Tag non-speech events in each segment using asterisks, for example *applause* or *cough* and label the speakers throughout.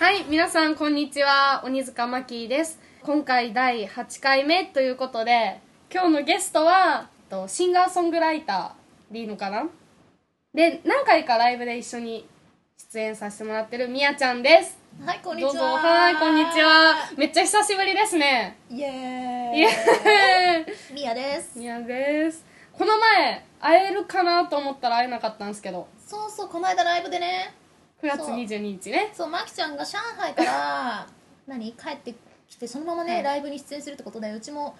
Speaker 1: はい、皆さんこんにちは、鬼塚真希です。今回第8回目ということで、今日のゲストは、とシンガーソングライターでいいのかなで、何回かライブで一緒に出演させてもらってるみやちゃんです。
Speaker 2: はい、こんにち
Speaker 1: ど
Speaker 2: は。
Speaker 1: うぞ、はい、こんにち。は。めっちゃ久しぶりですね。
Speaker 2: イ
Speaker 1: いや
Speaker 2: エ
Speaker 1: *laughs*
Speaker 2: ーイ。みやです
Speaker 1: ー。みやです。この前、会えるかなと思ったら会えなかったんですけど、
Speaker 2: そうそう、この間ライブでね、
Speaker 1: 9月22日ね。
Speaker 2: そう、まきちゃんが上海
Speaker 1: *laughs*
Speaker 2: から、何帰ってきて、そのままね、
Speaker 1: はい
Speaker 2: ライブに出演するってことで、うちも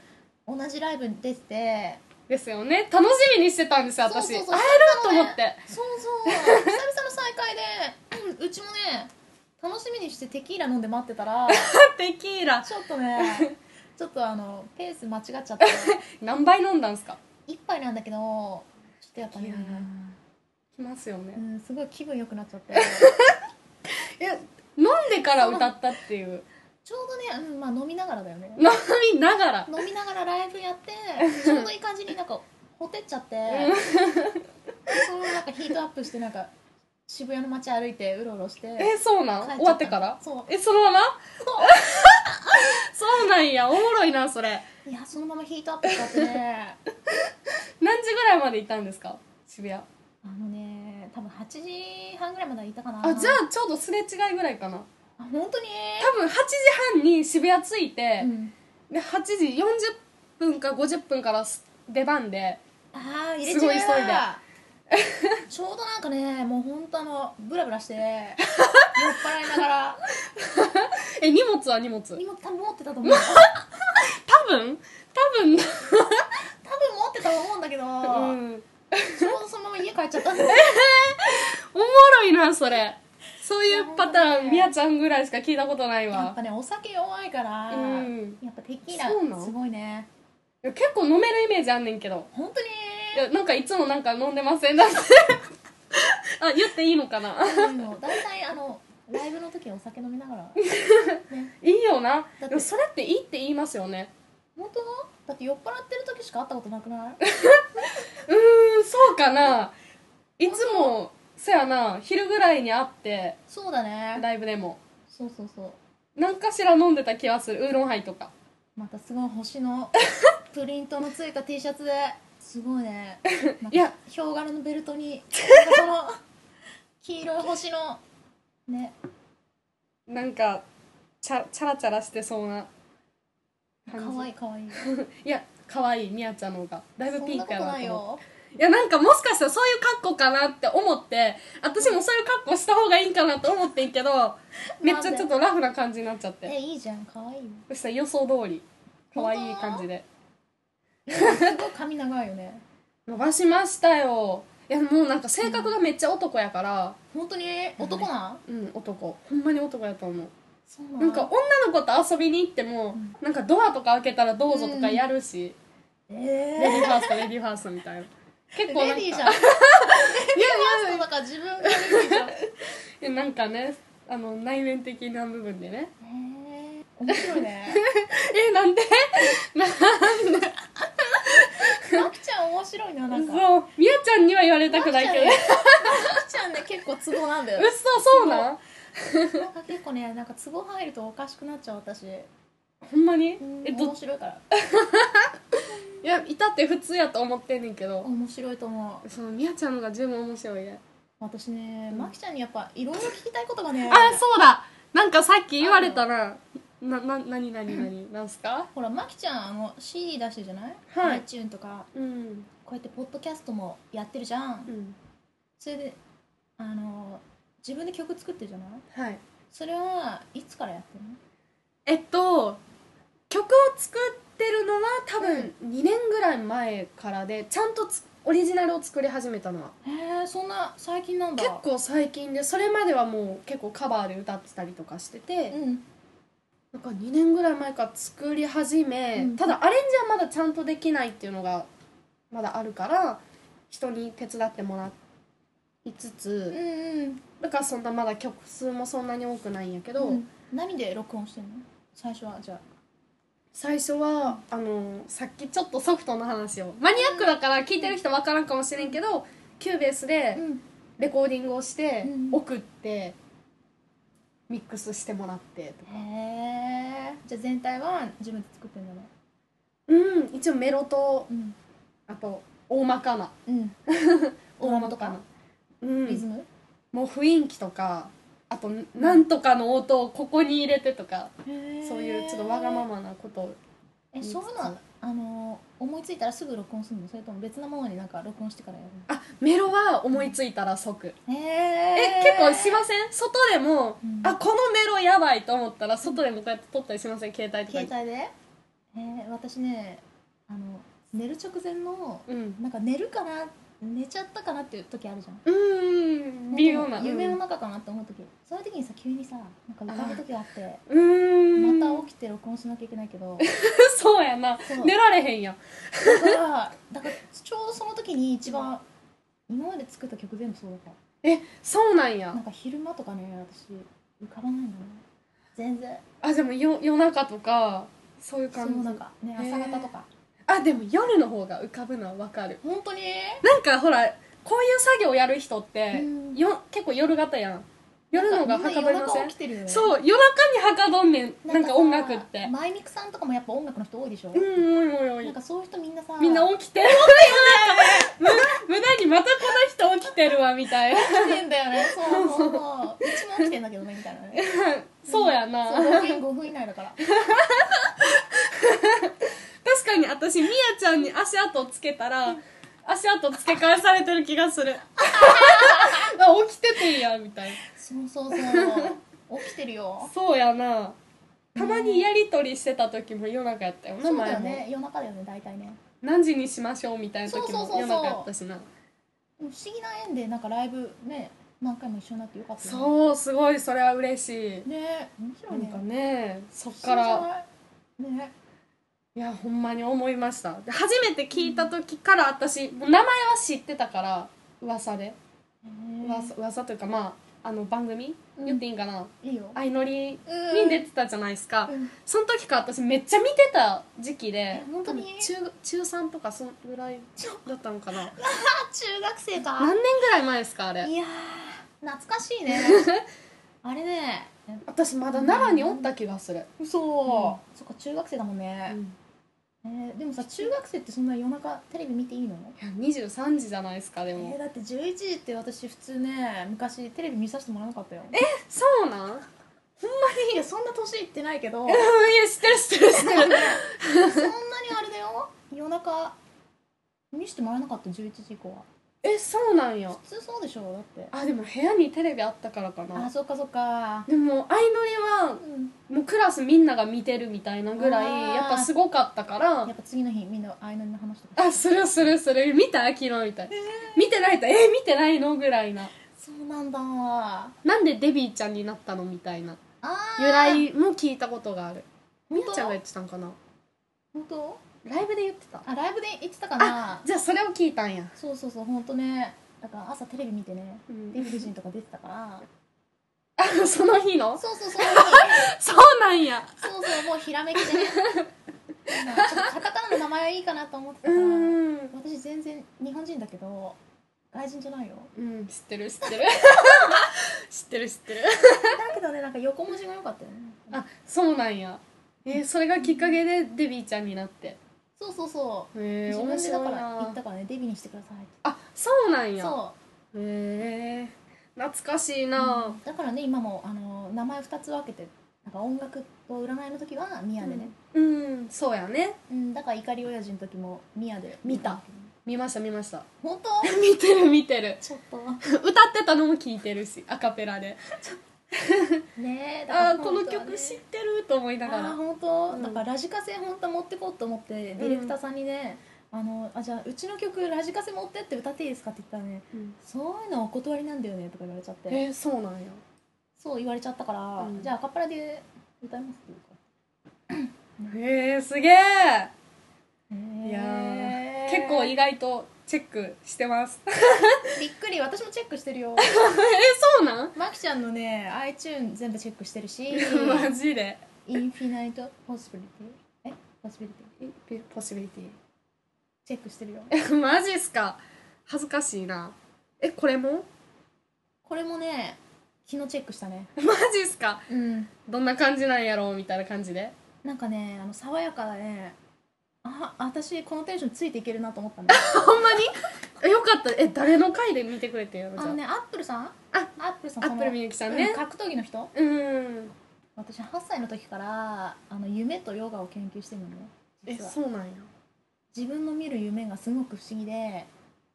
Speaker 2: 同じライブに出てて、
Speaker 1: ですよね。楽しみにしてたんですよ、私。
Speaker 2: そうそうそう
Speaker 1: 会えると思って。
Speaker 2: そうそう、久々の再会で、うんうちもね、楽しみにしてテキーラ飲んで待ってたら、
Speaker 1: テキーラ
Speaker 2: ちょっと
Speaker 1: *laughs*
Speaker 2: ね、ちょっとあの、ペース間違っちゃって、
Speaker 1: 何杯飲んだんすか
Speaker 2: 一杯なんだけど、ちょっとやっぱね、
Speaker 1: きますよ
Speaker 2: う
Speaker 1: ね、
Speaker 2: ん、すごい気分良くなっちゃ
Speaker 1: *laughs*
Speaker 2: って。
Speaker 1: え飲んでから歌ったっていう
Speaker 2: ちょうどね、うん、まあ飲みながらだよね
Speaker 1: 飲みながら
Speaker 2: 飲みながらライブやって
Speaker 1: *laughs*
Speaker 2: ちょうどいい感じになんかほてっちゃってそのなんかヒートアップしてなんか渋谷の街歩いてうろうろして
Speaker 1: えそうなん
Speaker 2: 帰っちゃった
Speaker 1: 終わってから
Speaker 2: そう
Speaker 1: えそのまま *laughs* そうなんやおもろいなそれ
Speaker 2: いやそのままヒートアップしちゃってね
Speaker 1: 何時ぐらいまでいたんですか渋谷あ
Speaker 2: あのね多分8時半ぐらいまでいたかな
Speaker 1: じゃあちょうどすれ違いぐらいかな
Speaker 2: あ本当に
Speaker 1: 多分8時半に渋谷着いて
Speaker 2: う、ん
Speaker 1: で8時40分か50分からす出番で
Speaker 2: ああ入れ違
Speaker 1: すごい急いで
Speaker 2: いだちょうどなんかねもう本当あのブラブラ
Speaker 1: *laughs*
Speaker 2: して酔っ払いながら
Speaker 1: え荷物は荷物多
Speaker 2: 荷物多分持ってたと思
Speaker 1: *laughs*
Speaker 2: う
Speaker 1: 分多分
Speaker 2: 多分持ってたと思うんだけど、
Speaker 1: うん
Speaker 2: ちょうどそのまま家帰っちゃったんで
Speaker 1: おもろいなそれそういうパタ
Speaker 2: なるほど
Speaker 1: ーン
Speaker 2: ね
Speaker 1: みやちゃんぐらいしか聞いたことない
Speaker 2: やっ
Speaker 1: わ
Speaker 2: ぱねお酒弱いから、
Speaker 1: うん
Speaker 2: やっぱテキーラ
Speaker 1: そうなの
Speaker 2: すごいね
Speaker 1: いや結構飲めるイメージあんねんけど
Speaker 2: 本
Speaker 1: *laughs*
Speaker 2: 当に
Speaker 1: いやなんかいつもなんか飲んでませんだってあ言っていいのかな
Speaker 2: そういうの大体あのライブの時お酒飲みな
Speaker 1: *laughs*
Speaker 2: がら
Speaker 1: いいよな
Speaker 2: て
Speaker 1: でもそれっていいって言いますよね
Speaker 2: 本当だって酔っ払ってる時しか会ったことなくないう
Speaker 1: ーんそうかないつもそやな昼ぐらいに会って
Speaker 2: そうだね
Speaker 1: ライブでも
Speaker 2: そうそうそう
Speaker 1: 何かしら飲んでた気はするウーロンハイとか
Speaker 2: またすごい星の
Speaker 1: *laughs*
Speaker 2: プリントのついた T シャツですごい
Speaker 1: *laughs*
Speaker 2: ね
Speaker 1: いや
Speaker 2: ヒョウ柄のベルトになんかその黄色い星
Speaker 1: *laughs*
Speaker 2: のね
Speaker 1: なんかチャチャラチャラしてそうな
Speaker 2: か
Speaker 1: 感じ
Speaker 2: わいいかわいい
Speaker 1: いや可愛いみやちゃんの方がだいぶ
Speaker 2: そ
Speaker 1: ピ
Speaker 2: ん
Speaker 1: ン
Speaker 2: な
Speaker 1: ク
Speaker 2: こ
Speaker 1: や
Speaker 2: と
Speaker 1: な
Speaker 2: な
Speaker 1: と
Speaker 2: い
Speaker 1: 思って
Speaker 2: よ
Speaker 1: いやなんかもしかしたらそういう格好かなって思って私もそういう格好した方がいいんかなと思ってんけどめっちゃちょっとラフな感じになっちゃって
Speaker 2: えいいじゃんかわいいよ
Speaker 1: *laughs* そしたら予想通り可愛い感じで
Speaker 2: すごい髪長いよね
Speaker 1: 伸ばしましたよいやもうなんか性格がめっちゃ男やから
Speaker 2: 本当に男なん
Speaker 1: うん、男ほんまに男やと思う
Speaker 2: そう
Speaker 1: なんか女の子と遊びに行っても、
Speaker 2: ん
Speaker 1: なんかドアとか開けたらどうぞとかやるし、
Speaker 2: え
Speaker 1: レ
Speaker 2: え
Speaker 1: ディーファーストレディーファーストみたいな
Speaker 2: レ
Speaker 1: 結構なんか
Speaker 2: ディー
Speaker 1: い
Speaker 2: じ *laughs*
Speaker 1: や
Speaker 2: ゃん
Speaker 1: いや
Speaker 2: だから自分がレディー
Speaker 1: *laughs*
Speaker 2: じゃんえ
Speaker 1: いやなんかねあの内面的な部分でね
Speaker 2: え面白い
Speaker 1: *laughs*
Speaker 2: ね
Speaker 1: えなんで
Speaker 2: マキちゃん面白いななんか
Speaker 1: そうみやちゃんには言われたくないけど
Speaker 2: マキちゃんね結構ツボなんだよ
Speaker 1: 嘘そうなん
Speaker 2: なんか結構ねなんかツボ入るとおかしくなっちゃう私
Speaker 1: ほんまに
Speaker 2: うん
Speaker 1: えっと
Speaker 2: 面白いから
Speaker 1: いやいたって普通やと思ってんねんけど
Speaker 2: 面白いと思う
Speaker 1: そのみやちゃんのが十分面白いね
Speaker 2: 私ねマキちゃんにやっぱいろいろ聞きたいことがね
Speaker 1: あそうだなんかさっき言われたななななになにな *clears throat* になんすか
Speaker 2: ほらマキちゃんあの CD 出してるじゃない、
Speaker 1: はい
Speaker 2: iTune とか
Speaker 1: うん
Speaker 2: こうやってポッドキャストもやってるじゃん
Speaker 1: うん
Speaker 2: それであの自分で曲作ってるじゃない
Speaker 1: はい
Speaker 2: それはいつからやってるの
Speaker 1: えっと曲を作ってるのは多分2年ぐらい前からでちゃんとつオリジナルを作り始めたのは
Speaker 2: へえそんな最近なんだ
Speaker 1: 結構最近でそれまではもう結構カバーで歌ってたりとかしてて、
Speaker 2: うん
Speaker 1: なんか2年ぐらい前から作り始め、
Speaker 2: うん
Speaker 1: ただアレンジはまだちゃんとできないっていうのがまだあるから人に手伝ってもらいつ
Speaker 2: うん
Speaker 1: つ、
Speaker 2: うん
Speaker 1: だからそんなまだ曲数もそんなに多くないんやけど、
Speaker 2: うん何で録音してんの最初はじゃあ
Speaker 1: 最初はあのさっきちょっとソフトの話をマニアックだから聞いてる人分からんかもしれんけど、キューベースで
Speaker 2: ん
Speaker 1: レコーディングをして
Speaker 2: うん
Speaker 1: 送って、ミックスしてもらってとか
Speaker 2: へえじゃあ全体は自分で作ってるんだね
Speaker 1: うん一応メロと
Speaker 2: うん
Speaker 1: あと大まかな
Speaker 2: *laughs* うん
Speaker 1: 大まかな、うん、
Speaker 2: リズム
Speaker 1: もう雰囲気とかあとなんとかの音をここに入れてとか、そういうちょっとわがままなことを
Speaker 2: えそういうのはあの思いついたらすぐ録音するのそれとも別なものになんか録音してからやる
Speaker 1: あメロは思いついたら即
Speaker 2: の
Speaker 1: え
Speaker 2: え
Speaker 1: 結構しません外でも、
Speaker 2: うん
Speaker 1: あこのメロやばいと思ったら外でもこうやって撮ったりしません携帯とか
Speaker 2: 携
Speaker 1: に
Speaker 2: 帯でえー私ねあの寝る直前の
Speaker 1: うん
Speaker 2: なんか寝るかな寝ちゃったかなっていう時あるじゃん
Speaker 1: うん微妙な
Speaker 2: 夢の中かなって思う時そういう時にさ急にさなんか浮かぶ時があって
Speaker 1: うん
Speaker 2: ま
Speaker 1: ま
Speaker 2: た起きて録音しなきゃいけないけ *laughs* ど
Speaker 1: た *laughs* そうやな
Speaker 2: そう
Speaker 1: 寝られへんやん
Speaker 2: だからだからちょうどその時に一番今まで作った曲全部そうだっ
Speaker 1: えそうな
Speaker 2: た
Speaker 1: んや
Speaker 2: なんか昼間とかね私浮かばないのね全然
Speaker 1: あでもよ夜中とかそういう
Speaker 2: そ
Speaker 1: 感
Speaker 2: の
Speaker 1: じ
Speaker 2: なんかね
Speaker 1: へー
Speaker 2: 朝方とか
Speaker 1: あでも夜の方が浮かぶのはわかる
Speaker 2: 本当に
Speaker 1: なんかほらこういう作業やる人って、
Speaker 2: うん
Speaker 1: よ結構夜型やん夜の方がはかどりま
Speaker 2: なんかみんな夜
Speaker 1: せ
Speaker 2: 中
Speaker 1: ん
Speaker 2: 起きてるよね
Speaker 1: そう夜中にはかどんねんなんか音楽って
Speaker 2: マイミクさんとかもやっぱ音楽の人多いでしょ、
Speaker 1: うんおいおいお
Speaker 2: なん
Speaker 1: い
Speaker 2: かそういう人みんなさ
Speaker 1: みんな起きてる *laughs* 無駄にまたこの人起きてるわ
Speaker 2: *laughs*
Speaker 1: みたいな
Speaker 2: 起きてんだよねそうそうそううちも起きてんだけどねみたいなね
Speaker 1: そうやな
Speaker 2: *laughs* そう5分5分以内だから
Speaker 1: 確かに私みやちゃんに足跡つけたら足跡つけ返されてる気が
Speaker 2: *laughs*
Speaker 1: するあ起きてていいやみたいな
Speaker 2: そうそうそう起きてるよ
Speaker 1: そうやなたまにやりとりしてた時も夜中やったよな
Speaker 2: そうだ
Speaker 1: 前
Speaker 2: よ
Speaker 1: も
Speaker 2: ね夜中だよね大体ね
Speaker 1: 何時にしましょうみたいな時
Speaker 2: そうそうそ
Speaker 1: も
Speaker 2: うそう
Speaker 1: 夜中やったしな
Speaker 2: 不思議な縁でなんかライブね何回も一緒になってよかったよね
Speaker 1: そうすごいそれは嬉しい
Speaker 2: ね面白
Speaker 1: ないん
Speaker 2: ね
Speaker 1: かねそっ
Speaker 2: 不思
Speaker 1: か
Speaker 2: 議じゃ
Speaker 1: ら
Speaker 2: ないね
Speaker 1: いやほんまに思いましたで初めて聞いた時から私もう名前は知ってたから噂で噂噂というかまああの番組、
Speaker 2: うん
Speaker 1: 言っていいんかない
Speaker 2: いよ
Speaker 1: 相乗りに
Speaker 2: うん
Speaker 1: 出てたじゃないですか、
Speaker 2: うん
Speaker 1: その時から私めっちゃ見てた時期で
Speaker 2: え本当に
Speaker 1: 多分中中3とかそんぐらいだったのかな
Speaker 2: あ中学生か
Speaker 1: 何年ぐらい前ですかあれ
Speaker 2: いやー懐かしいね *laughs* あれね
Speaker 1: 私まだ奈良におった気がする、
Speaker 2: 嘘そっか中学生だもんね
Speaker 1: うん
Speaker 2: えーでもさ中学生ってそんな夜中テレビ見ていいの
Speaker 1: いや23時じゃないですかで
Speaker 2: え
Speaker 1: も
Speaker 2: ー、だって11時って私普通ね昔テレビ見させてもらわなかったよえ
Speaker 1: そうなん *laughs* いや
Speaker 2: いやそんな年いってないけ *laughs* ど
Speaker 1: 知ってる知ってる知ってる
Speaker 2: そんなにあれだよ夜中見せてもらわなかった11時以降は
Speaker 1: *laughs* えそうなんや
Speaker 2: 普通そうでしょだって
Speaker 1: あでも部屋にテレビあったからか
Speaker 2: あ
Speaker 1: な
Speaker 2: そっかそっか
Speaker 1: でも相乗りは
Speaker 2: うん
Speaker 1: もうクラスみんなが見てるみたいなぐら
Speaker 2: あー
Speaker 1: いやっぱすごかったから
Speaker 2: やっぱ次の日みんなあいのりの話とか
Speaker 1: あするするする見た昨日みたい見てないとえ見てないのぐらいな
Speaker 2: そうなんだあ
Speaker 1: なんでデビーちゃんになったのみたいな
Speaker 2: あ
Speaker 1: 由来も聞いたことがあるみ
Speaker 2: 本
Speaker 1: ー
Speaker 2: 当
Speaker 1: ちゃんが言ってたんかな
Speaker 2: 本当
Speaker 1: ライブで言ってた
Speaker 2: あライブで言ってたかな
Speaker 1: じゃあそれを聞いたんや
Speaker 2: そうそうそう本当ねだから朝テレビ見てね、
Speaker 1: うん
Speaker 2: デヴィ夫人とか出てたから
Speaker 1: あ *laughs* その日の
Speaker 2: そうそうそうそ
Speaker 1: そうなんや
Speaker 2: うそうもうひらめきでねなんかちょっとカタカナの名前はいいかなと思ってた
Speaker 1: う
Speaker 2: から
Speaker 1: ん
Speaker 2: 私全然日本人だけど外人じゃないよ
Speaker 1: うん知ってる知ってる *laughs* 知ってる知ってる
Speaker 2: だけどねなんか横文字が良かったよね
Speaker 1: あそうなんやえーそれがきっかけでデビーちゃんになって
Speaker 2: そうそうそう、
Speaker 1: へえ
Speaker 2: 自
Speaker 1: 面
Speaker 2: 分でだ
Speaker 1: 白
Speaker 2: か
Speaker 1: い
Speaker 2: ら言っ
Speaker 1: な
Speaker 2: たからねデビにしてくださいって
Speaker 1: あそうなんや
Speaker 2: そ、
Speaker 1: へえ懐かしいうな、
Speaker 2: うんだからね今もあの名前2つ分けてなんか音楽と占いの時はミヤでね、
Speaker 1: うん、そうやね
Speaker 2: うんだから怒り親父の時もミヤで
Speaker 1: 見た見ました見ました
Speaker 2: 本当
Speaker 1: 見てる見てる
Speaker 2: ちょっと
Speaker 1: 歌ってたのも聞いてるしアカペラで
Speaker 2: ねえだから
Speaker 1: ああーこ
Speaker 2: 本
Speaker 1: の
Speaker 2: 当はね
Speaker 1: 曲知ってると思いなが
Speaker 2: あー
Speaker 1: ら
Speaker 2: 本当、
Speaker 1: うん
Speaker 2: だからラジカセ本当は持ってこうと思ってディレクターさんにね、あのあじゃあうちの曲ラジカセ持ってって歌っていいですかって言ったらね
Speaker 1: うん
Speaker 2: そういうのお断りなんだよねとか言われちゃって
Speaker 1: えーそうなんや
Speaker 2: そう言われちゃったから、
Speaker 1: うん
Speaker 2: じゃあアカッパラで歌いますって
Speaker 1: へえすげえ
Speaker 2: 言うから
Speaker 1: いやー結構意外とチェックしてますえ
Speaker 2: びっくり私もチェックしてる
Speaker 1: *laughs*
Speaker 2: よ
Speaker 1: そうなん
Speaker 2: マキちゃんのね iTune 全部チェックしてるし
Speaker 1: *laughs* マジで
Speaker 2: インフィナイトポスビリティえポスビリティ
Speaker 1: ポシビリティ
Speaker 2: チェックしてるよ
Speaker 1: え *laughs* マジっすか恥ずかしいなえこれも
Speaker 2: これもね昨日チェックしたね
Speaker 1: マジっすか
Speaker 2: うん
Speaker 1: どんな感じなんやろうみたいな感じで
Speaker 2: なんかねあの爽やかで、ね、あ私このテンションついていけるなと思ったんだ
Speaker 1: ほんまに *laughs* えよかったえ誰の回で見てくれてんやろじ
Speaker 2: あ
Speaker 1: ゃあ
Speaker 2: のねアップルさんアップルさん
Speaker 1: アップルみ
Speaker 2: み
Speaker 1: ゆきさんね
Speaker 2: 格闘技の人
Speaker 1: うん
Speaker 2: 私8歳の時からあの夢とヨガを研究してるのね
Speaker 1: え
Speaker 2: 実は
Speaker 1: そうなんや
Speaker 2: 自分の見る夢がすごく不思議で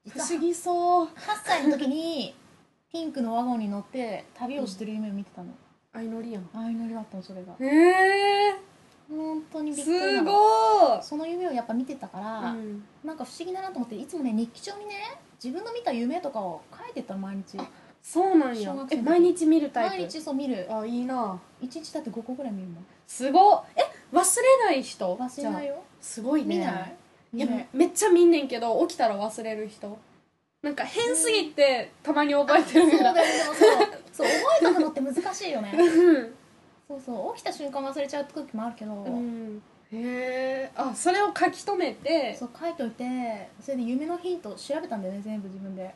Speaker 1: 不
Speaker 2: 実は
Speaker 1: 思議そう
Speaker 2: 8歳の時にピンクのワゴンに乗って旅をしてる夢を見てたの、
Speaker 1: 相乗りやん
Speaker 2: ああいうのりだったのそれが
Speaker 1: え
Speaker 2: 本当に
Speaker 1: ー、
Speaker 2: びっ
Speaker 1: す
Speaker 2: くりなの
Speaker 1: ごい
Speaker 2: その夢をやっぱ見てたから、
Speaker 1: うん
Speaker 2: なんか不思議だなと思っていつもね日記帳にね自分の見た夢とかを書いてったの毎日
Speaker 1: そうなんや
Speaker 2: 小学生
Speaker 1: え
Speaker 2: の時
Speaker 1: 毎日見るタイプ
Speaker 2: 毎日そう見る
Speaker 1: あいいな
Speaker 2: 1日だって5個ぐらい見るもん
Speaker 1: すごっえ忘れない人
Speaker 2: 忘れない
Speaker 1: じゃあ
Speaker 2: よ
Speaker 1: すごいね
Speaker 2: 見ない
Speaker 1: いや、
Speaker 2: ね
Speaker 1: めっちゃ見んねんけど起きたら忘れる人なんか変すぎてたまに覚えてる
Speaker 2: そう
Speaker 1: ぐらい
Speaker 2: だよでもそうそう覚えとくのって難しいよね
Speaker 1: うん
Speaker 2: そうそう起きた瞬間忘れちゃう時もあるけど、
Speaker 1: うんへえあそれを書き留めて
Speaker 2: そう書いといてそれで夢のヒント調べたんだよね全部自分で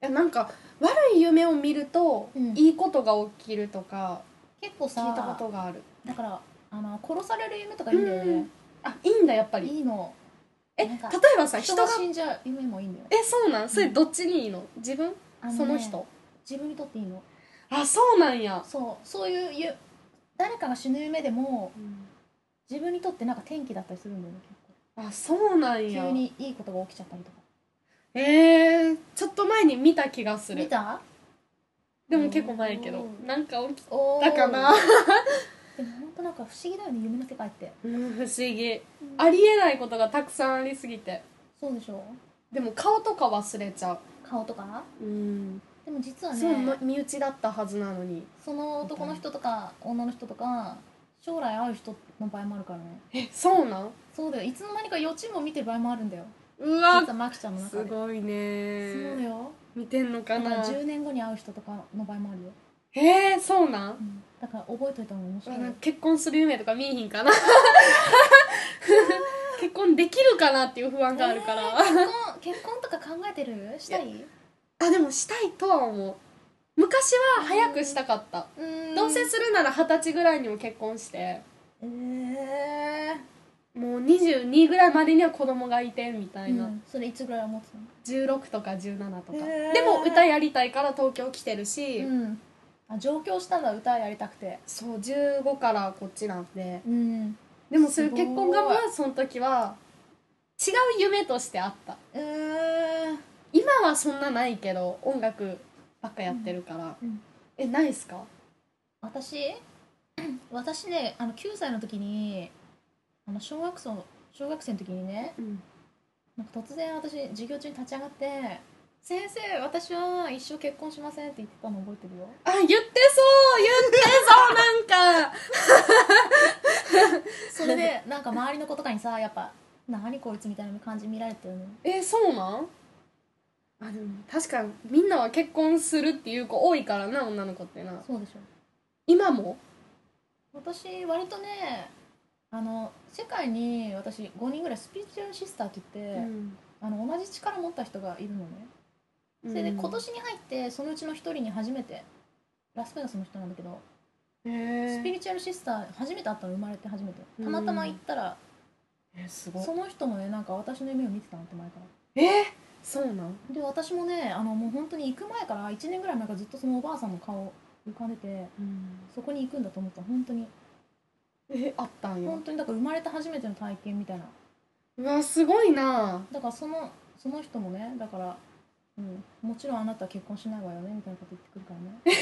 Speaker 1: えなんか悪い夢を見ると、
Speaker 2: うん
Speaker 1: いいことが起きるとか
Speaker 2: 結構さ
Speaker 1: 聞いたことがある
Speaker 2: だからあの殺される夢とかいいんだよね、
Speaker 1: あいいんだやっぱり
Speaker 2: いいの
Speaker 1: え例
Speaker 2: なんか
Speaker 1: えばさ人
Speaker 2: 人
Speaker 1: が
Speaker 2: が死んじゃう夢もいいんだよ
Speaker 1: えそうなんそれどっちにいいの自分
Speaker 2: あね
Speaker 1: その人
Speaker 2: 自分にとっていいの
Speaker 1: あそうなんや、
Speaker 2: そうそういうゆ誰かが死ぬ夢でも自分にとってなんか天気だったりするんだよね
Speaker 1: あそうなん
Speaker 2: 結
Speaker 1: や
Speaker 2: 構急にいいことが起きちゃったりとか
Speaker 1: えー、ちょっと前に見た気がす
Speaker 2: 見
Speaker 1: る
Speaker 2: た
Speaker 1: でも結構前やけど
Speaker 2: うん
Speaker 1: なんか起き
Speaker 2: おー
Speaker 1: たかな
Speaker 2: でも本当なんか不思議だよね夢の世界って
Speaker 1: うん不思議ありえないことがたくさんありすぎて
Speaker 2: そうでしょ
Speaker 1: でも顔とか忘れちゃ
Speaker 2: 顔とか
Speaker 1: ううん
Speaker 2: でも実はね
Speaker 1: そうま身内だったはずなのに
Speaker 2: その男の人とか女の人とか将来会う人の場合もあるからね
Speaker 1: えそうなん
Speaker 2: そうだよいつの間にか予知夢を見てる場合もあるんだよ
Speaker 1: う
Speaker 2: 実
Speaker 1: わ
Speaker 2: はマキちゃんの中
Speaker 1: す
Speaker 2: で
Speaker 1: ごい
Speaker 2: そうだ
Speaker 1: ね
Speaker 2: よ
Speaker 1: 見てんのか
Speaker 2: だから
Speaker 1: な
Speaker 2: 10年後に会う人とかの場合もあるよ、
Speaker 1: へえそうな
Speaker 2: う
Speaker 1: ん
Speaker 2: んだから覚えといたのが面白い
Speaker 1: なんか結婚する夢とか見えひんかな *laughs* 結婚できるかなっていう不安があるから、
Speaker 2: えー結婚結婚とか考えてるしたい
Speaker 1: あでもしたいとは思う昔は早くしたかった、
Speaker 2: うん
Speaker 1: 同棲するなら二十歳ぐらいにも結婚して
Speaker 2: ええ
Speaker 1: もう22ぐらいまでには子供がいてみた
Speaker 2: ー
Speaker 1: いな、
Speaker 2: うんそれいつぐらい思ってたの
Speaker 1: 16とか17とか、
Speaker 2: へー
Speaker 1: でも歌やりたいから東京来てるし、
Speaker 2: うんあ上京したんだ歌やりたくて
Speaker 1: そう15からこっちなんで
Speaker 2: うん
Speaker 1: でもそういう結婚願望
Speaker 2: す
Speaker 1: はその時は違う夢としてあった
Speaker 2: うーん
Speaker 1: 今はそんなないけど音楽ばっかやってるから、
Speaker 2: うん
Speaker 1: えないっすか
Speaker 2: 私 *clears throat* 私ねあの9歳の時にあの小学生小学生の時にね
Speaker 1: うん
Speaker 2: なんか突然私授業中に立ち上がって「先生私は一生結婚しません」って言ってたの覚えてるよ
Speaker 1: あ言ってそう言ってそうなんか
Speaker 2: それ *laughs* でなんか周りの子とかにさやっぱ「何こいつ」みたいな感じ見られてるの
Speaker 1: えそうなんあでも確かにみんなは結婚するっていう子多いからな女の子ってな
Speaker 2: そうでしょ
Speaker 1: 今も
Speaker 2: 私割とねあの世界に私5人ぐらいスピリチュアルシスターって言って、あの同じ力持った人がいるのねそれで今年に入ってそのうちの一人に初めてラスベガスの人なんだけど
Speaker 1: へー
Speaker 2: スピリチュアルシスター初めて会ったの生まれて初めて
Speaker 1: うん
Speaker 2: たまたま行ったら、
Speaker 1: えすごい
Speaker 2: その人もねなんか私の夢を見てたのって前か
Speaker 1: えーそうなん
Speaker 2: らで私もねあのもう本当に行く前から1年ぐらい前からずっとそのおばあさんの顔浮かんでてそこに行くんだと思った本当に
Speaker 1: えあったんや
Speaker 2: 本当にだから生まれて初めての体験みたいな
Speaker 1: うわすごいな
Speaker 2: だからそのその人もねだから、うん、もちろんあなたは結婚しないわよねみたいなこと言ってくるからね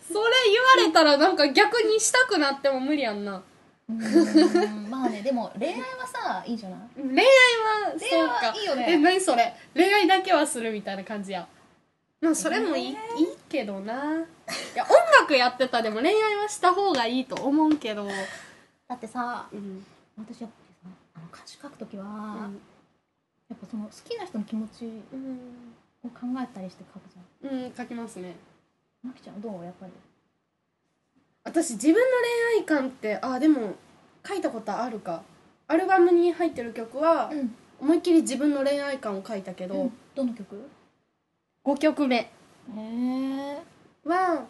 Speaker 1: それ言われたらなんか逆にしたくなっても無理やんな *laughs*
Speaker 2: うんまあねでも恋愛はさいいじゃない
Speaker 1: 恋愛は
Speaker 2: 恋愛
Speaker 1: そう
Speaker 2: は
Speaker 1: か
Speaker 2: いいよ
Speaker 1: え
Speaker 2: ね
Speaker 1: 何それ恋愛だけはするみたいな感じやまあそれもいい,、
Speaker 2: えー
Speaker 1: いいけどないや音楽やってたでも恋愛はした方がいいと思うけど、
Speaker 2: だってさ
Speaker 1: うん
Speaker 2: 私やっぱりさあの歌詞書く時は、やっぱその好きな人の気持ち
Speaker 1: うん
Speaker 2: を考えたりして書くじゃん
Speaker 1: うん、書きますね
Speaker 2: まきちゃんどうやっぱり
Speaker 1: 私自分の恋愛観ってあでも書いたことあるかアルバムに入ってる曲は、
Speaker 2: ん
Speaker 1: 思いっきり自分の恋愛観を書いたけど、
Speaker 2: どの曲へ
Speaker 1: 5曲目
Speaker 2: え
Speaker 1: は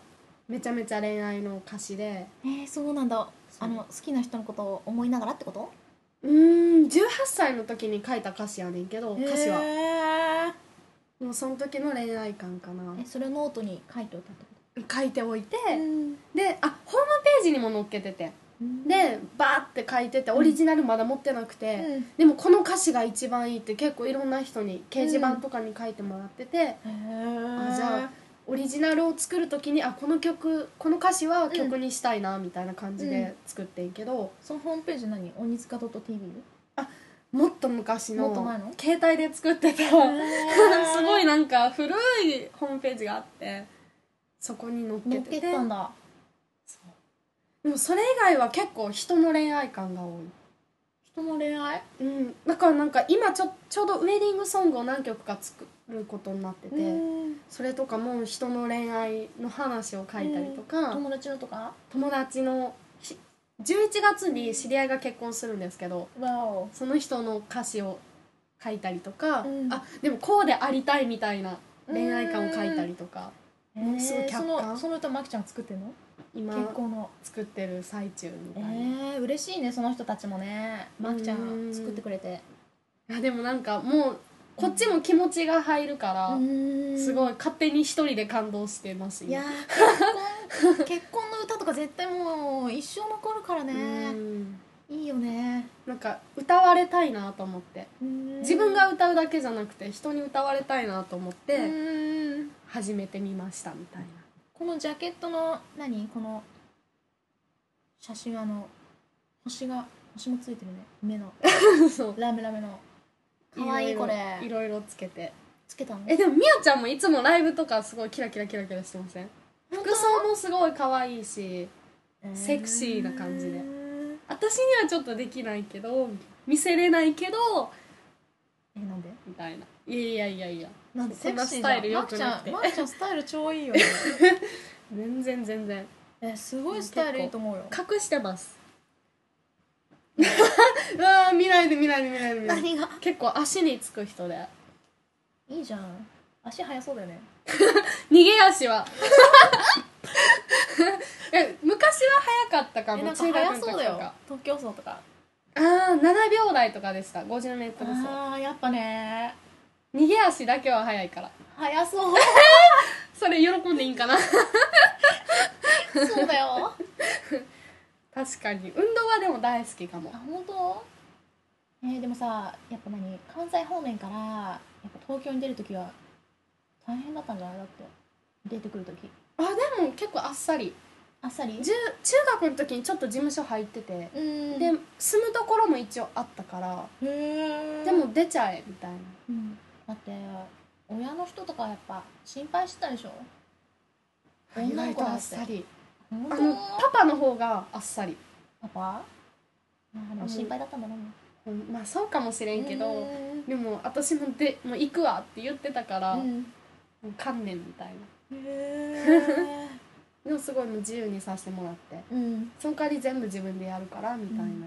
Speaker 1: めちゃめちゃ恋愛の歌詞で
Speaker 2: えー、そうなんだ
Speaker 1: そ
Speaker 2: あ
Speaker 1: う
Speaker 2: の好きな人のことを思いながらってこと
Speaker 1: うーん18歳の時に書いた歌詞やねんけど歌詞は
Speaker 2: へー
Speaker 1: もうその時の恋愛感かな
Speaker 2: えそれをノートに書いておいたってこ
Speaker 1: 書いておいて、
Speaker 2: とうん
Speaker 1: であホームページにも載っけてて
Speaker 2: で、
Speaker 1: でバーって書いててオリジナルまだ持ってなくて、
Speaker 2: うん
Speaker 1: でもこの歌詞が一番いいって結構いろんな人に掲示板とかに書いてもらってて、あじゃあオリジナルを作る時にあこの曲この歌詞は曲にしたいなみたいな感じで作ってんけど、
Speaker 2: そのホームページ何鬼塚 .tv?
Speaker 1: もっと昔の
Speaker 2: もっと前の
Speaker 1: 携帯で作ってた
Speaker 2: *laughs*
Speaker 1: *laughs* すごいなんか古いホームページがあってそこに載っ
Speaker 2: 乗
Speaker 1: け
Speaker 2: ってて
Speaker 1: て
Speaker 2: ったんだ
Speaker 1: でもそれ以外は結構人の恋愛感が多い。
Speaker 2: 人の恋愛
Speaker 1: うん、だからなんか今ちょちょうどウェディングソングを何曲か作ることになってて、
Speaker 2: うん
Speaker 1: それとかも人の恋愛の話を書いたりとか、
Speaker 2: 友達のとか
Speaker 1: 友達のひ11月に知り合いが結婚するんですけど
Speaker 2: わお
Speaker 1: その人の歌詞を書いたりとか、
Speaker 2: うん
Speaker 1: あでもこうでありたいみたいな恋愛感を書いたりとか、もうすぐ
Speaker 2: えーそ
Speaker 1: 客観
Speaker 2: のその歌まきちゃん作ってんの
Speaker 1: 今
Speaker 2: 結婚の
Speaker 1: 作ってる最中み
Speaker 2: え
Speaker 1: たいな。
Speaker 2: ー、嬉しいねその人たちもねまきちゃ
Speaker 1: うんん
Speaker 2: 作ってくれて
Speaker 1: いやでもなんかもうこっちも気持ちが入るから、す
Speaker 2: す
Speaker 1: ご
Speaker 2: い
Speaker 1: い勝手に一人で感動してます
Speaker 2: いや *laughs* ー
Speaker 1: 今
Speaker 2: 結婚結婚の歌とか絶対もう一生残るから
Speaker 1: う
Speaker 2: ね
Speaker 1: ん
Speaker 2: いいよね
Speaker 1: なんか歌われたいなと思って
Speaker 2: 自
Speaker 1: 自分が歌うだけじゃなくて人に歌われたいなと思って
Speaker 2: うん
Speaker 1: 始めてみましたみたいな
Speaker 2: このジャケットの何この写真はあの星が星もついてるね目の
Speaker 1: *laughs* そう
Speaker 2: ラメラメのかわいいこれ
Speaker 1: いろいろつけて
Speaker 2: つけたの
Speaker 1: えでもみやちゃんもいつもライブとかすごいキラキラキラキラしてません
Speaker 2: 本当
Speaker 1: 服装もすごい可愛いしセクシーな感じで
Speaker 2: うん
Speaker 1: 私にはちょっとできないけど見せれないけど
Speaker 2: えなんで
Speaker 1: みたいないやいやいやいや
Speaker 2: なんで
Speaker 1: そ
Speaker 2: セ
Speaker 1: ん
Speaker 2: ク
Speaker 1: な
Speaker 2: シーじ
Speaker 1: ス
Speaker 2: ゃ
Speaker 1: タ
Speaker 2: ん
Speaker 1: イル良くなくて
Speaker 2: マキちゃんマキちゃんスタイル超いいよね
Speaker 1: 全然全然
Speaker 2: *laughs* えすごいスタイルいいと思うよ
Speaker 1: 隠してます。 *laughs* うわー見ないで見ないで見ないで見ないで
Speaker 2: 何が
Speaker 1: 結構足につく人で
Speaker 2: いいじゃん足速そうだよね
Speaker 1: 逃げ足は *laughs* え昔は速かったか
Speaker 2: え
Speaker 1: も
Speaker 2: なん
Speaker 1: 中
Speaker 2: か
Speaker 1: 学
Speaker 2: 速そう
Speaker 1: の時
Speaker 2: だ
Speaker 1: と
Speaker 2: よ
Speaker 1: か
Speaker 2: 東京走とか
Speaker 1: ああ7秒台とかでした 50m 走
Speaker 2: ああやっぱね
Speaker 1: 逃げ足だけは速いから
Speaker 2: 速そう *laughs*
Speaker 1: それ喜んでいいんか *laughs* な
Speaker 2: そうだよ
Speaker 1: 確かに運動はでも大好きかも
Speaker 2: あ本当えーでもさやっぱ何関西方面からやっぱ東京に出るときは大変だったんじゃないだって出てくるとき
Speaker 1: あでも結構あっさり
Speaker 2: あっさり
Speaker 1: じゅ中学の時にちょっと事務所入ってて、
Speaker 2: うん
Speaker 1: で
Speaker 2: で
Speaker 1: 住むところも一応あったから、
Speaker 2: へ
Speaker 1: でも、出ちゃえみたいな
Speaker 2: うん、だって親の人とかやっぱ心配してたでしょ
Speaker 1: 意
Speaker 2: 女の
Speaker 1: 外
Speaker 2: 子
Speaker 1: とあ
Speaker 2: だ
Speaker 1: っ
Speaker 2: って
Speaker 1: さり
Speaker 2: 本
Speaker 1: あ
Speaker 2: 当
Speaker 1: のパパの方があっさり、
Speaker 2: パパまあでも心配だったんだろうね
Speaker 1: うんまあそうかもしれんけど、
Speaker 2: うん
Speaker 1: でも私もでもう行くわって言ってたから、
Speaker 2: う
Speaker 1: も
Speaker 2: ん
Speaker 1: う観念みたいな
Speaker 2: へ
Speaker 1: でもすごいもう自由にさせてもらって
Speaker 2: ーうん
Speaker 1: その代わり全部自分でやるからみたいな、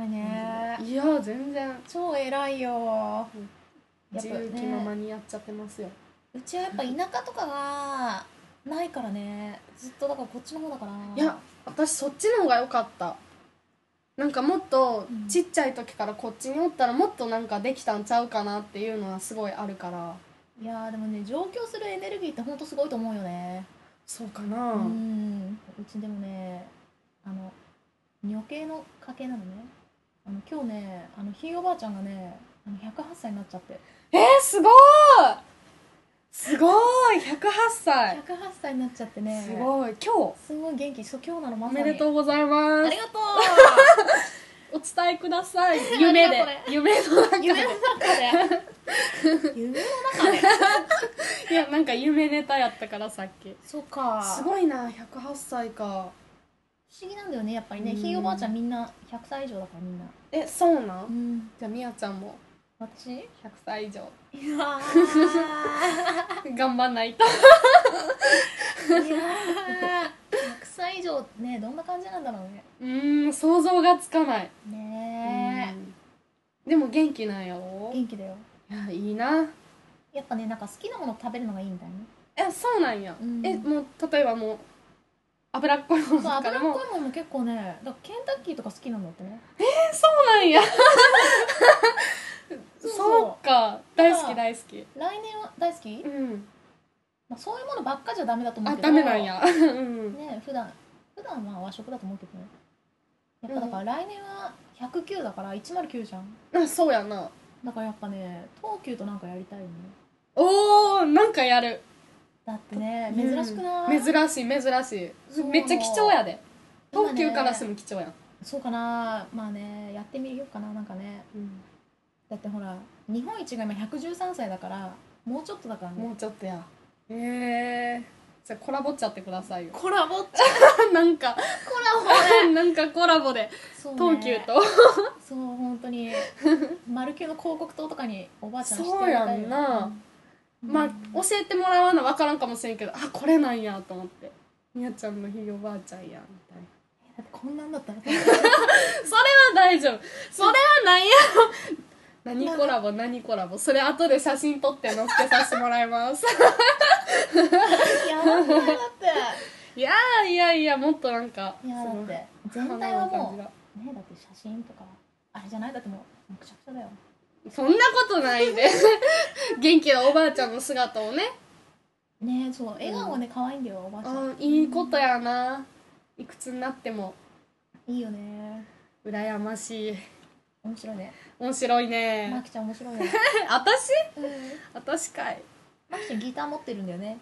Speaker 2: 偉いね
Speaker 1: いや全然
Speaker 2: 超偉いよやっ
Speaker 1: 自
Speaker 2: ぱ
Speaker 1: 由気ままにやっちゃってますよ、
Speaker 2: うちはやっぱ田舎とかがないからねずっとだからこっちの方だから
Speaker 1: いや私そっちの方が良かったなんかもっと
Speaker 2: うん
Speaker 1: ちっちゃい時からこっちにおったらもっとなんかできたんちゃうかなっていうのはすごいあるから
Speaker 2: いやーでもね上京するエネルギーってほんとすごいと思うよね
Speaker 1: そうかな、
Speaker 2: うんうちでもねあの女系の家系なのねあの今日ねあのひいおばあちゃんがねあの108歳になっちゃって
Speaker 1: えー、すごい *laughs* すごい !108 歳
Speaker 2: 108歳になっちゃってね
Speaker 1: すごい今日
Speaker 2: すごい元気そう今日なのま
Speaker 1: お
Speaker 2: さに
Speaker 1: めでと
Speaker 2: う
Speaker 1: うござい
Speaker 2: あ
Speaker 1: ま
Speaker 2: り
Speaker 1: す
Speaker 2: がと
Speaker 1: お伝えくだ
Speaker 2: *laughs*
Speaker 1: さい
Speaker 2: りがとう
Speaker 1: 夢で
Speaker 2: これ
Speaker 1: 夢の中 *laughs*
Speaker 2: う
Speaker 1: で
Speaker 2: 夢の
Speaker 1: *laughs*
Speaker 2: 中で夢の中で
Speaker 1: いやなんか夢ネタやったからさっき
Speaker 2: そうか
Speaker 1: すごいな108歳か
Speaker 2: 不思議なんだよねやっぱりね
Speaker 1: うん
Speaker 2: ひいおばあちゃんみんな100歳以上だからみんな
Speaker 1: えそうなん、
Speaker 2: うん
Speaker 1: じゃあみやちゃんも
Speaker 2: 私い
Speaker 1: 100歳以上
Speaker 2: やーい *laughs* や
Speaker 1: 頑張んないと
Speaker 2: ー100歳以上ねどんな感じなんだろうね
Speaker 1: うーん想像がつかない
Speaker 2: ね
Speaker 1: うんでも元気なんや
Speaker 2: え
Speaker 1: ろ
Speaker 2: 元気だよ
Speaker 1: いやいいな
Speaker 2: やっぱねなんか好きなもの食べるのがいいみたいね
Speaker 1: えそうなんや、
Speaker 2: うん
Speaker 1: えもう例えばもう脂っこいものと
Speaker 2: そう
Speaker 1: か
Speaker 2: 脂
Speaker 1: で
Speaker 2: っ
Speaker 1: も
Speaker 2: こいものも結構ねだからケンタッキーとか好きなんだってね
Speaker 1: えそうなんや
Speaker 2: そう
Speaker 1: そうか大好き大好き
Speaker 2: 来年は大好き、
Speaker 1: うん
Speaker 2: まあ、そういうものばっかじゃダメだと思う
Speaker 1: あ
Speaker 2: けど
Speaker 1: ダメなんや *laughs* うん
Speaker 2: ね普段普段は和食だと思うけどねやっぱだから来年は109だから109じゃん
Speaker 1: あそうやな
Speaker 2: だからやっぱね東急となんかやりたいよね
Speaker 1: おーなんかやる
Speaker 2: だってね珍しくない、
Speaker 1: うん珍しい珍し
Speaker 2: そう
Speaker 1: いめっちゃ貴重やで
Speaker 2: 今
Speaker 1: 東
Speaker 2: ね
Speaker 1: 急からしても貴重やん、
Speaker 2: そうかなまあねやってみようかななんかねだってほら日本一が今113歳だからもうちょっとだからね
Speaker 1: もうちょっとやええじゃあコラボっちゃってく
Speaker 2: *laughs*
Speaker 1: ださいよ
Speaker 2: コラボっちゃ
Speaker 1: なんか
Speaker 2: コラ
Speaker 1: *laughs* なんかコラボで
Speaker 2: そう、ね、
Speaker 1: 東急と
Speaker 2: そう本当 *laughs* にマルキューの広告塔とかにおばあちゃん
Speaker 1: そうやんな
Speaker 2: うん
Speaker 1: まあ
Speaker 2: うん
Speaker 1: 教えてもらわな分からんかもしれんけどあこれなんやと思ってみやちゃんのひいおばあちゃんやみたいな
Speaker 2: だってこんなんだったら
Speaker 1: それは大丈夫それはなんやろ
Speaker 2: *laughs*
Speaker 1: 何コラボ何コラボそれ後で写真撮って載っけさせてもらいます
Speaker 2: *laughs* *laughs* やばいだって
Speaker 1: いやーいやいやもっとなんか
Speaker 2: いやだっ
Speaker 1: すごい
Speaker 2: て全体は
Speaker 1: 華やかな感
Speaker 2: もう
Speaker 1: じが
Speaker 2: ねだって写真とかあれじゃないだってもうくちゃくちゃだよ
Speaker 1: そんなことないで元気なおばあちゃんの姿をね
Speaker 2: ねそう笑顔はね可愛いんだよおばあちゃん
Speaker 1: あーいいことやないくつになっても
Speaker 2: いいよね
Speaker 1: 羨ましい
Speaker 2: 面白いね
Speaker 1: 面白い
Speaker 2: マ
Speaker 1: ね
Speaker 2: キちゃん面白い *laughs* ね
Speaker 1: 私
Speaker 2: うん
Speaker 1: 私かい、
Speaker 2: マキちゃんギター持ってるんだよね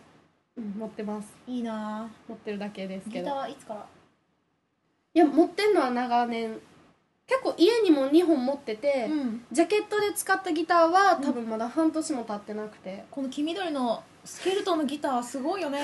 Speaker 1: うん、持ってます
Speaker 2: いいな
Speaker 1: 持ってるだけですけ
Speaker 2: ギター
Speaker 1: ど
Speaker 2: はいつから
Speaker 1: いや持ってんのは長年結構家にも2本持ってて、
Speaker 2: ん
Speaker 1: ジャケットで使ったギターは多分まだ半年も経ってなくて、
Speaker 2: この黄緑のスケルトンのギターはすごい *laughs* よね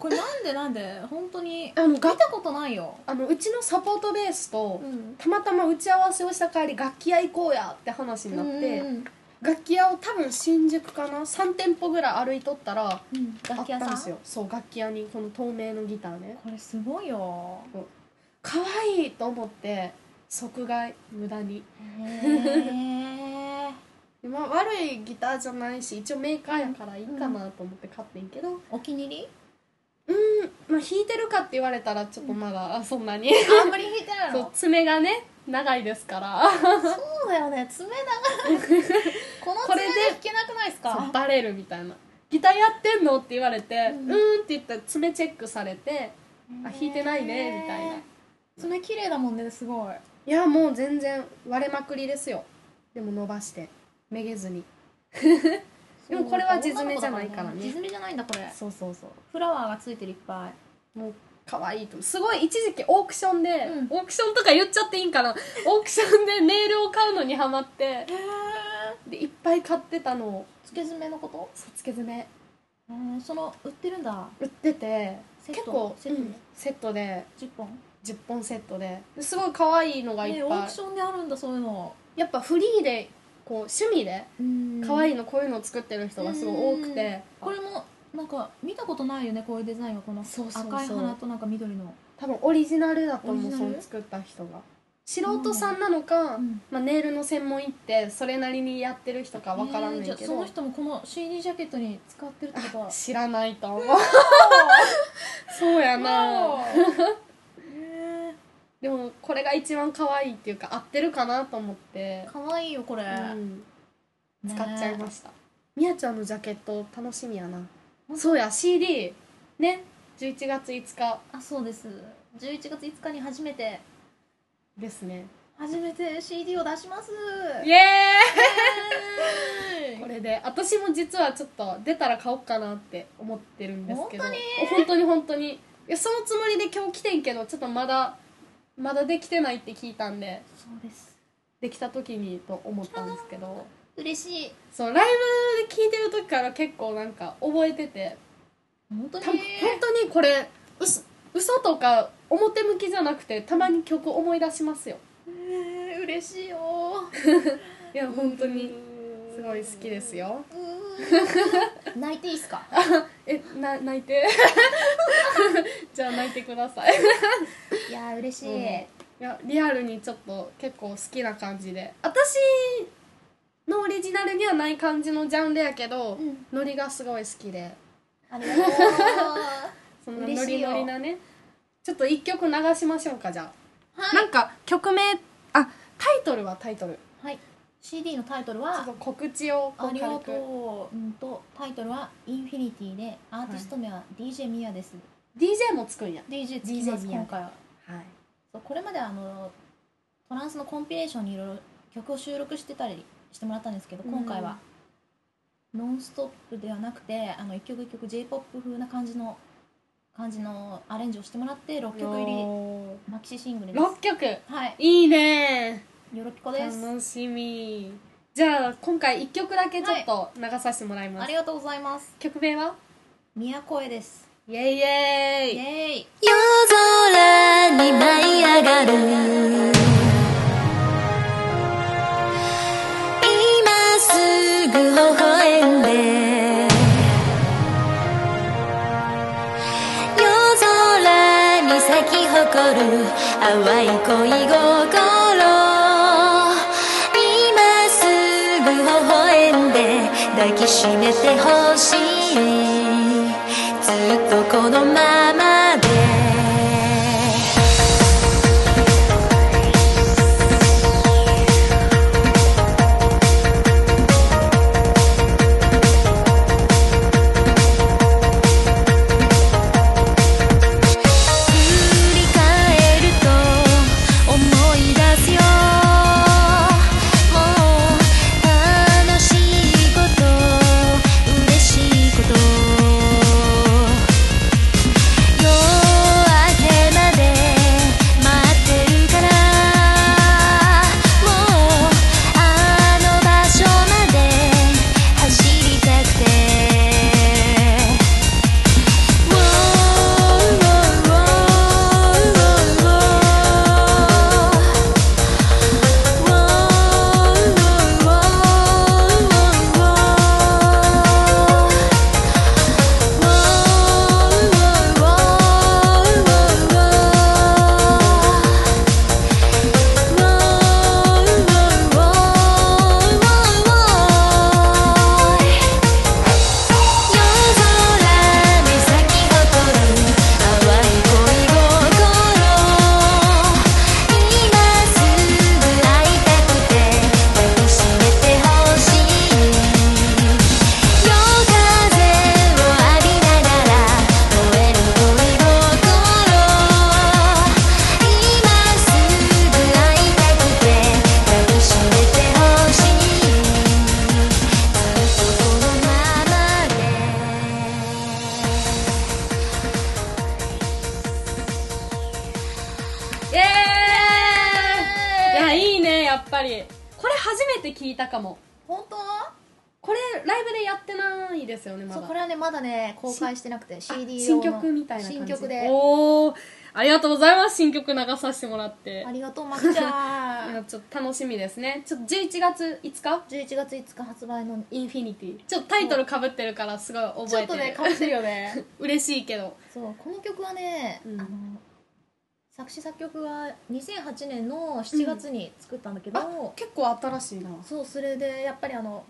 Speaker 2: これなんでなんで本当に
Speaker 1: あの
Speaker 2: 見た
Speaker 1: が
Speaker 2: ことないよ
Speaker 1: あのうちのサポートベースと、
Speaker 2: ん
Speaker 1: たまたま打ち合わせをした帰り楽器屋行こうやって話になって、
Speaker 2: うん
Speaker 1: 楽器屋を多分新宿かな3店舗ぐらい歩いとったら
Speaker 2: うん、楽器屋
Speaker 1: あったん
Speaker 2: さ
Speaker 1: です
Speaker 2: ん
Speaker 1: よそう楽器屋にこの透明のギターね
Speaker 2: これすごいよ
Speaker 1: 可愛いと思って即買い無駄に
Speaker 2: へえ
Speaker 1: まあ、悪いギターじゃないし一応メーカーやからいいかなと思って買ってんけど、うん
Speaker 2: お気に入 *laughs* り
Speaker 1: まあ、弾いてるかって言われたらちょっとまだ、あそんなに
Speaker 2: あんまり弾いてない
Speaker 1: そう
Speaker 2: の
Speaker 1: 爪がね長いですから
Speaker 2: そうだよね爪長いこの
Speaker 1: これ
Speaker 2: 爪
Speaker 1: で
Speaker 2: で弾けなくないです
Speaker 1: そう
Speaker 2: か
Speaker 1: バレるみたいな「ギターやってんの?」って言われて
Speaker 2: う
Speaker 1: 「うんん」って言ったら爪チェックされて「あ弾いてないね」みたいな
Speaker 2: へー爪綺麗だもんねすごい
Speaker 1: いやもう全然割れまくりですよでも伸ばしてめげずにでもこれは地爪じゃないからね
Speaker 2: 地爪じゃないんだこれ
Speaker 1: そうそうそう
Speaker 2: フラワーがついてるいっぱい
Speaker 1: もう可愛いとすごい一時期オークションで、
Speaker 2: うん
Speaker 1: オークションとか言っちゃっていいんかなオークションでネイルを買うのにハマって
Speaker 2: へえ
Speaker 1: でいっぱい買ってたのを
Speaker 2: つけ爪のこと
Speaker 1: そうつけ爪
Speaker 2: へーその売ってるんだ
Speaker 1: 売ってて
Speaker 2: セット
Speaker 1: 結構
Speaker 2: セット
Speaker 1: うんセットで
Speaker 2: 10本
Speaker 1: 10本セットですごい可愛いのがいっ
Speaker 2: ね
Speaker 1: ぱい、
Speaker 2: オークションであるんだそういうの
Speaker 1: やっぱフリーでこう趣味で可
Speaker 2: い
Speaker 1: 愛いのこういうのを作ってる人がすごい多くて
Speaker 2: これもなんか見たことないよねこういうデザインはこの
Speaker 1: そうそうそう
Speaker 2: 赤い花となんか緑の
Speaker 1: 多分オリジナルだと
Speaker 2: オリ
Speaker 1: 思
Speaker 2: ジ
Speaker 1: う
Speaker 2: ナ
Speaker 1: そ
Speaker 2: ル
Speaker 1: の作った人が素人さんなのか、
Speaker 2: うん
Speaker 1: まあ、ネイルの専門行ってそれなりにやってる人かわからん
Speaker 2: えー
Speaker 1: ね
Speaker 2: じ
Speaker 1: ん
Speaker 2: ゃあ
Speaker 1: け
Speaker 2: そ
Speaker 1: ど、
Speaker 2: の人もこの CD ジャケットに使ってるってことは
Speaker 1: 知らないと *laughs* 思うそうやなでもこれが一番可愛いっていうか合ってるかなと思って、
Speaker 2: *laughs* かわいいよこれ、
Speaker 1: うん、使っちゃいま
Speaker 2: し
Speaker 1: したみやちゃんのジャケット楽しみやなそうや CD ね11月5日
Speaker 2: たあそうです11月5日に初めて
Speaker 1: ですね
Speaker 2: 初めて CD を出します
Speaker 1: イ
Speaker 2: イ
Speaker 1: エ
Speaker 2: エー
Speaker 1: ー
Speaker 2: イ
Speaker 1: イこれで私も実はちょっと出たら買おうかなって思ってるんですけど
Speaker 2: 本
Speaker 1: 本当に本当にいやそのつもりで今日来てんけどちょっとまだまだできてないって聞いたんで
Speaker 2: そうです
Speaker 1: できた時にと思ったんですけど
Speaker 2: 嬉しい
Speaker 1: そうライブで聴いてる時から結構なんか覚えてて
Speaker 2: 本当に
Speaker 1: 多分本当にこれうす嘘とか表向きじゃなくてたまに曲思い出しますよ
Speaker 2: えー嬉しいよ
Speaker 1: いや本当にすごい好きですよ
Speaker 2: うーん泣いていいっすか
Speaker 1: えな泣いて *laughs* じゃあ泣いてください
Speaker 2: いやー嬉しい、
Speaker 1: うんいやリアルにちょっと結構好きな感じで私のオリジナルにはない感じのジャンルやけど、
Speaker 2: うん
Speaker 1: ノリがすごい好きで
Speaker 2: ありがとう
Speaker 1: そんな
Speaker 2: 嬉
Speaker 1: ノ
Speaker 2: し
Speaker 1: リ
Speaker 2: いよ
Speaker 1: ノリなねちょっと一曲流しましょうかじゃあ
Speaker 2: は、
Speaker 1: ないんか曲名あタイトルはタイトルち
Speaker 2: はい、CD のタイトル
Speaker 1: ょっ
Speaker 2: は
Speaker 1: と告知を
Speaker 2: あ
Speaker 1: こう
Speaker 2: りが
Speaker 1: 軽
Speaker 2: と
Speaker 1: く
Speaker 2: う、うん、とタイトルは「インフィニティ」でアーティスト名は DJ ミヤです、
Speaker 1: DJ もつくんや
Speaker 2: DJ つきます
Speaker 1: DJ
Speaker 2: 今回は
Speaker 1: はい
Speaker 2: そうこれまであのトランスのコンピレーションにいろいろ曲を収録してたりしてもらったんですけど
Speaker 1: うん
Speaker 2: 今回は「ノンストップ」ではなくてあの一曲一曲 j p o p 風な感じの感じのアレンジをしてもらって6曲入り
Speaker 1: り
Speaker 2: マキシシングルです
Speaker 1: 6曲
Speaker 2: はい
Speaker 1: いいね
Speaker 2: よろぴこです
Speaker 1: 楽しみじゃあ今回1曲だけちょっと流させてもらいます、
Speaker 2: ありがとうございます
Speaker 1: 曲名は
Speaker 2: 宮声です
Speaker 1: イエイイエイ
Speaker 2: イエーイ
Speaker 3: 夜空に舞い上がる今すぐ微笑んで夜空に咲き誇る淡い恋心今すぐ微笑んで抱きしめてほしいずっとこのままで振り返ると思い出すよもう楽しいこと嬉しいこと夜明けまで待ってるからもうあの場所まで走りたくて「ウォーウォーウォーウォーウォー」夜空に咲き誇る淡い恋心今すぐ会いたくて抱きしめてほしい夜風を浴びながら燃える恋心今すぐ会いたくて抱きしめてほしいずっとこのままで
Speaker 1: イエーイいやいいねやっぱりこれ初めて聞いたかも
Speaker 2: 本当
Speaker 1: これライブでやってないですよねまだ
Speaker 2: そうこれはねまだね公開してなくて
Speaker 1: あ
Speaker 2: CD 用
Speaker 1: 新
Speaker 2: の
Speaker 1: 曲みたいな感じ
Speaker 2: 新曲で
Speaker 1: おおありがとうございます新曲流させてもらって
Speaker 2: ありがとうまきち
Speaker 1: い *laughs*
Speaker 2: ゃ
Speaker 1: や
Speaker 2: ん
Speaker 1: ちょっと楽しみですねちょっと11月5日
Speaker 2: 11月5日発売の
Speaker 1: インフィニティちょっとタイトルかぶってるからすごい覚えてる
Speaker 2: ちょっとねかぶってるよ
Speaker 1: *laughs*
Speaker 2: ね
Speaker 1: 嬉しいけど
Speaker 2: そうこの曲はね、
Speaker 1: うん
Speaker 2: あの作詞作曲は2008年の7月に作ったんだけど、
Speaker 1: 結構新しいな
Speaker 2: そうそれでやっぱりあの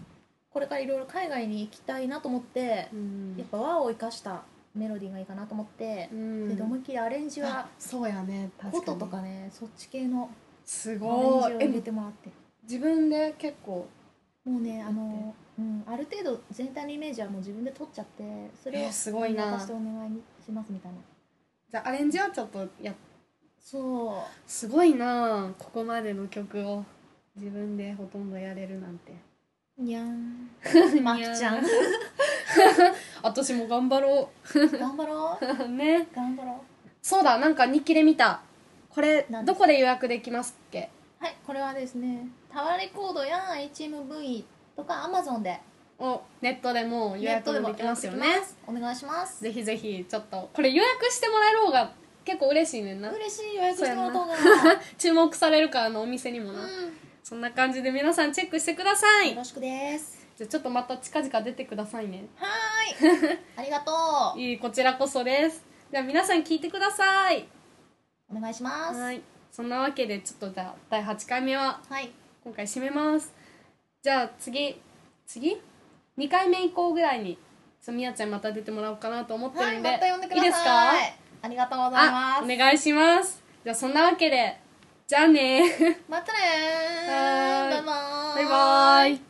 Speaker 2: これからいろいろ海外に行きたいなと思って
Speaker 1: う、ん
Speaker 2: やっぱ和を生かしたメロディーがいいかなと思って
Speaker 1: う、
Speaker 2: それで思
Speaker 1: ん
Speaker 2: いっきりアレンジは
Speaker 1: あそうやね確か
Speaker 2: コ
Speaker 1: に
Speaker 2: トとかねそっち系の
Speaker 1: す
Speaker 2: アレンジ
Speaker 1: ごい
Speaker 2: を入れ
Speaker 1: え
Speaker 2: てもらって
Speaker 1: 自分で結構
Speaker 2: もうねあの、うん、ある程度全体のイメージはもう自分で取っちゃってそれ
Speaker 1: え
Speaker 2: を
Speaker 1: ーすごいな
Speaker 2: 私とお願いしますみたいな
Speaker 1: じゃあアレンジはちょっとやっ
Speaker 2: そう
Speaker 1: すごいなここまでの曲を自分でほとんどやれるなんて
Speaker 2: にゃんまきちゃん *laughs*
Speaker 1: 私も頑張ろ
Speaker 2: 頑張ろう *laughs*
Speaker 1: うね
Speaker 2: 頑張ろ
Speaker 1: そうだなんか日記で見たこれ
Speaker 2: 何で
Speaker 1: ど
Speaker 2: すか
Speaker 1: こで予約できますっけ
Speaker 2: うはいこれはですねタワーレコードや HMV とか Amazon で
Speaker 1: をネットでもう予約もできますよね
Speaker 2: ネットでもお願いします
Speaker 1: ぜひぜひちょっとこれ予約してもらえる方が結構嬉しいねんな
Speaker 2: 嬉しい予約してもらった方が
Speaker 1: 注目されるからあのお店にもな、
Speaker 2: う
Speaker 1: そんな感じで皆さんチェックしてくださ
Speaker 2: んよ
Speaker 1: い
Speaker 2: ろしくです
Speaker 1: じゃあちょっとまた近々出てくださいね
Speaker 2: はーい *laughs* ありがとう
Speaker 1: いいこちらこそですじゃあ皆さん聞いてください
Speaker 2: お願いします
Speaker 1: はいそんなわけでちょっとじゃあ第8回目は
Speaker 2: はい
Speaker 1: 今回締めますじゃあ次次2回目以降ぐらいにそうみやちゃんにまた出てもらおうかなと思って
Speaker 2: は
Speaker 1: る
Speaker 2: い
Speaker 1: んで、
Speaker 2: また呼んでください
Speaker 1: いですか
Speaker 2: ありがとうござい
Speaker 1: あ
Speaker 2: ま
Speaker 1: お
Speaker 2: す
Speaker 1: 願いしますじゃあそんなわけでじゃあね
Speaker 2: またね
Speaker 1: はーい
Speaker 2: バイバー
Speaker 1: バイバーイ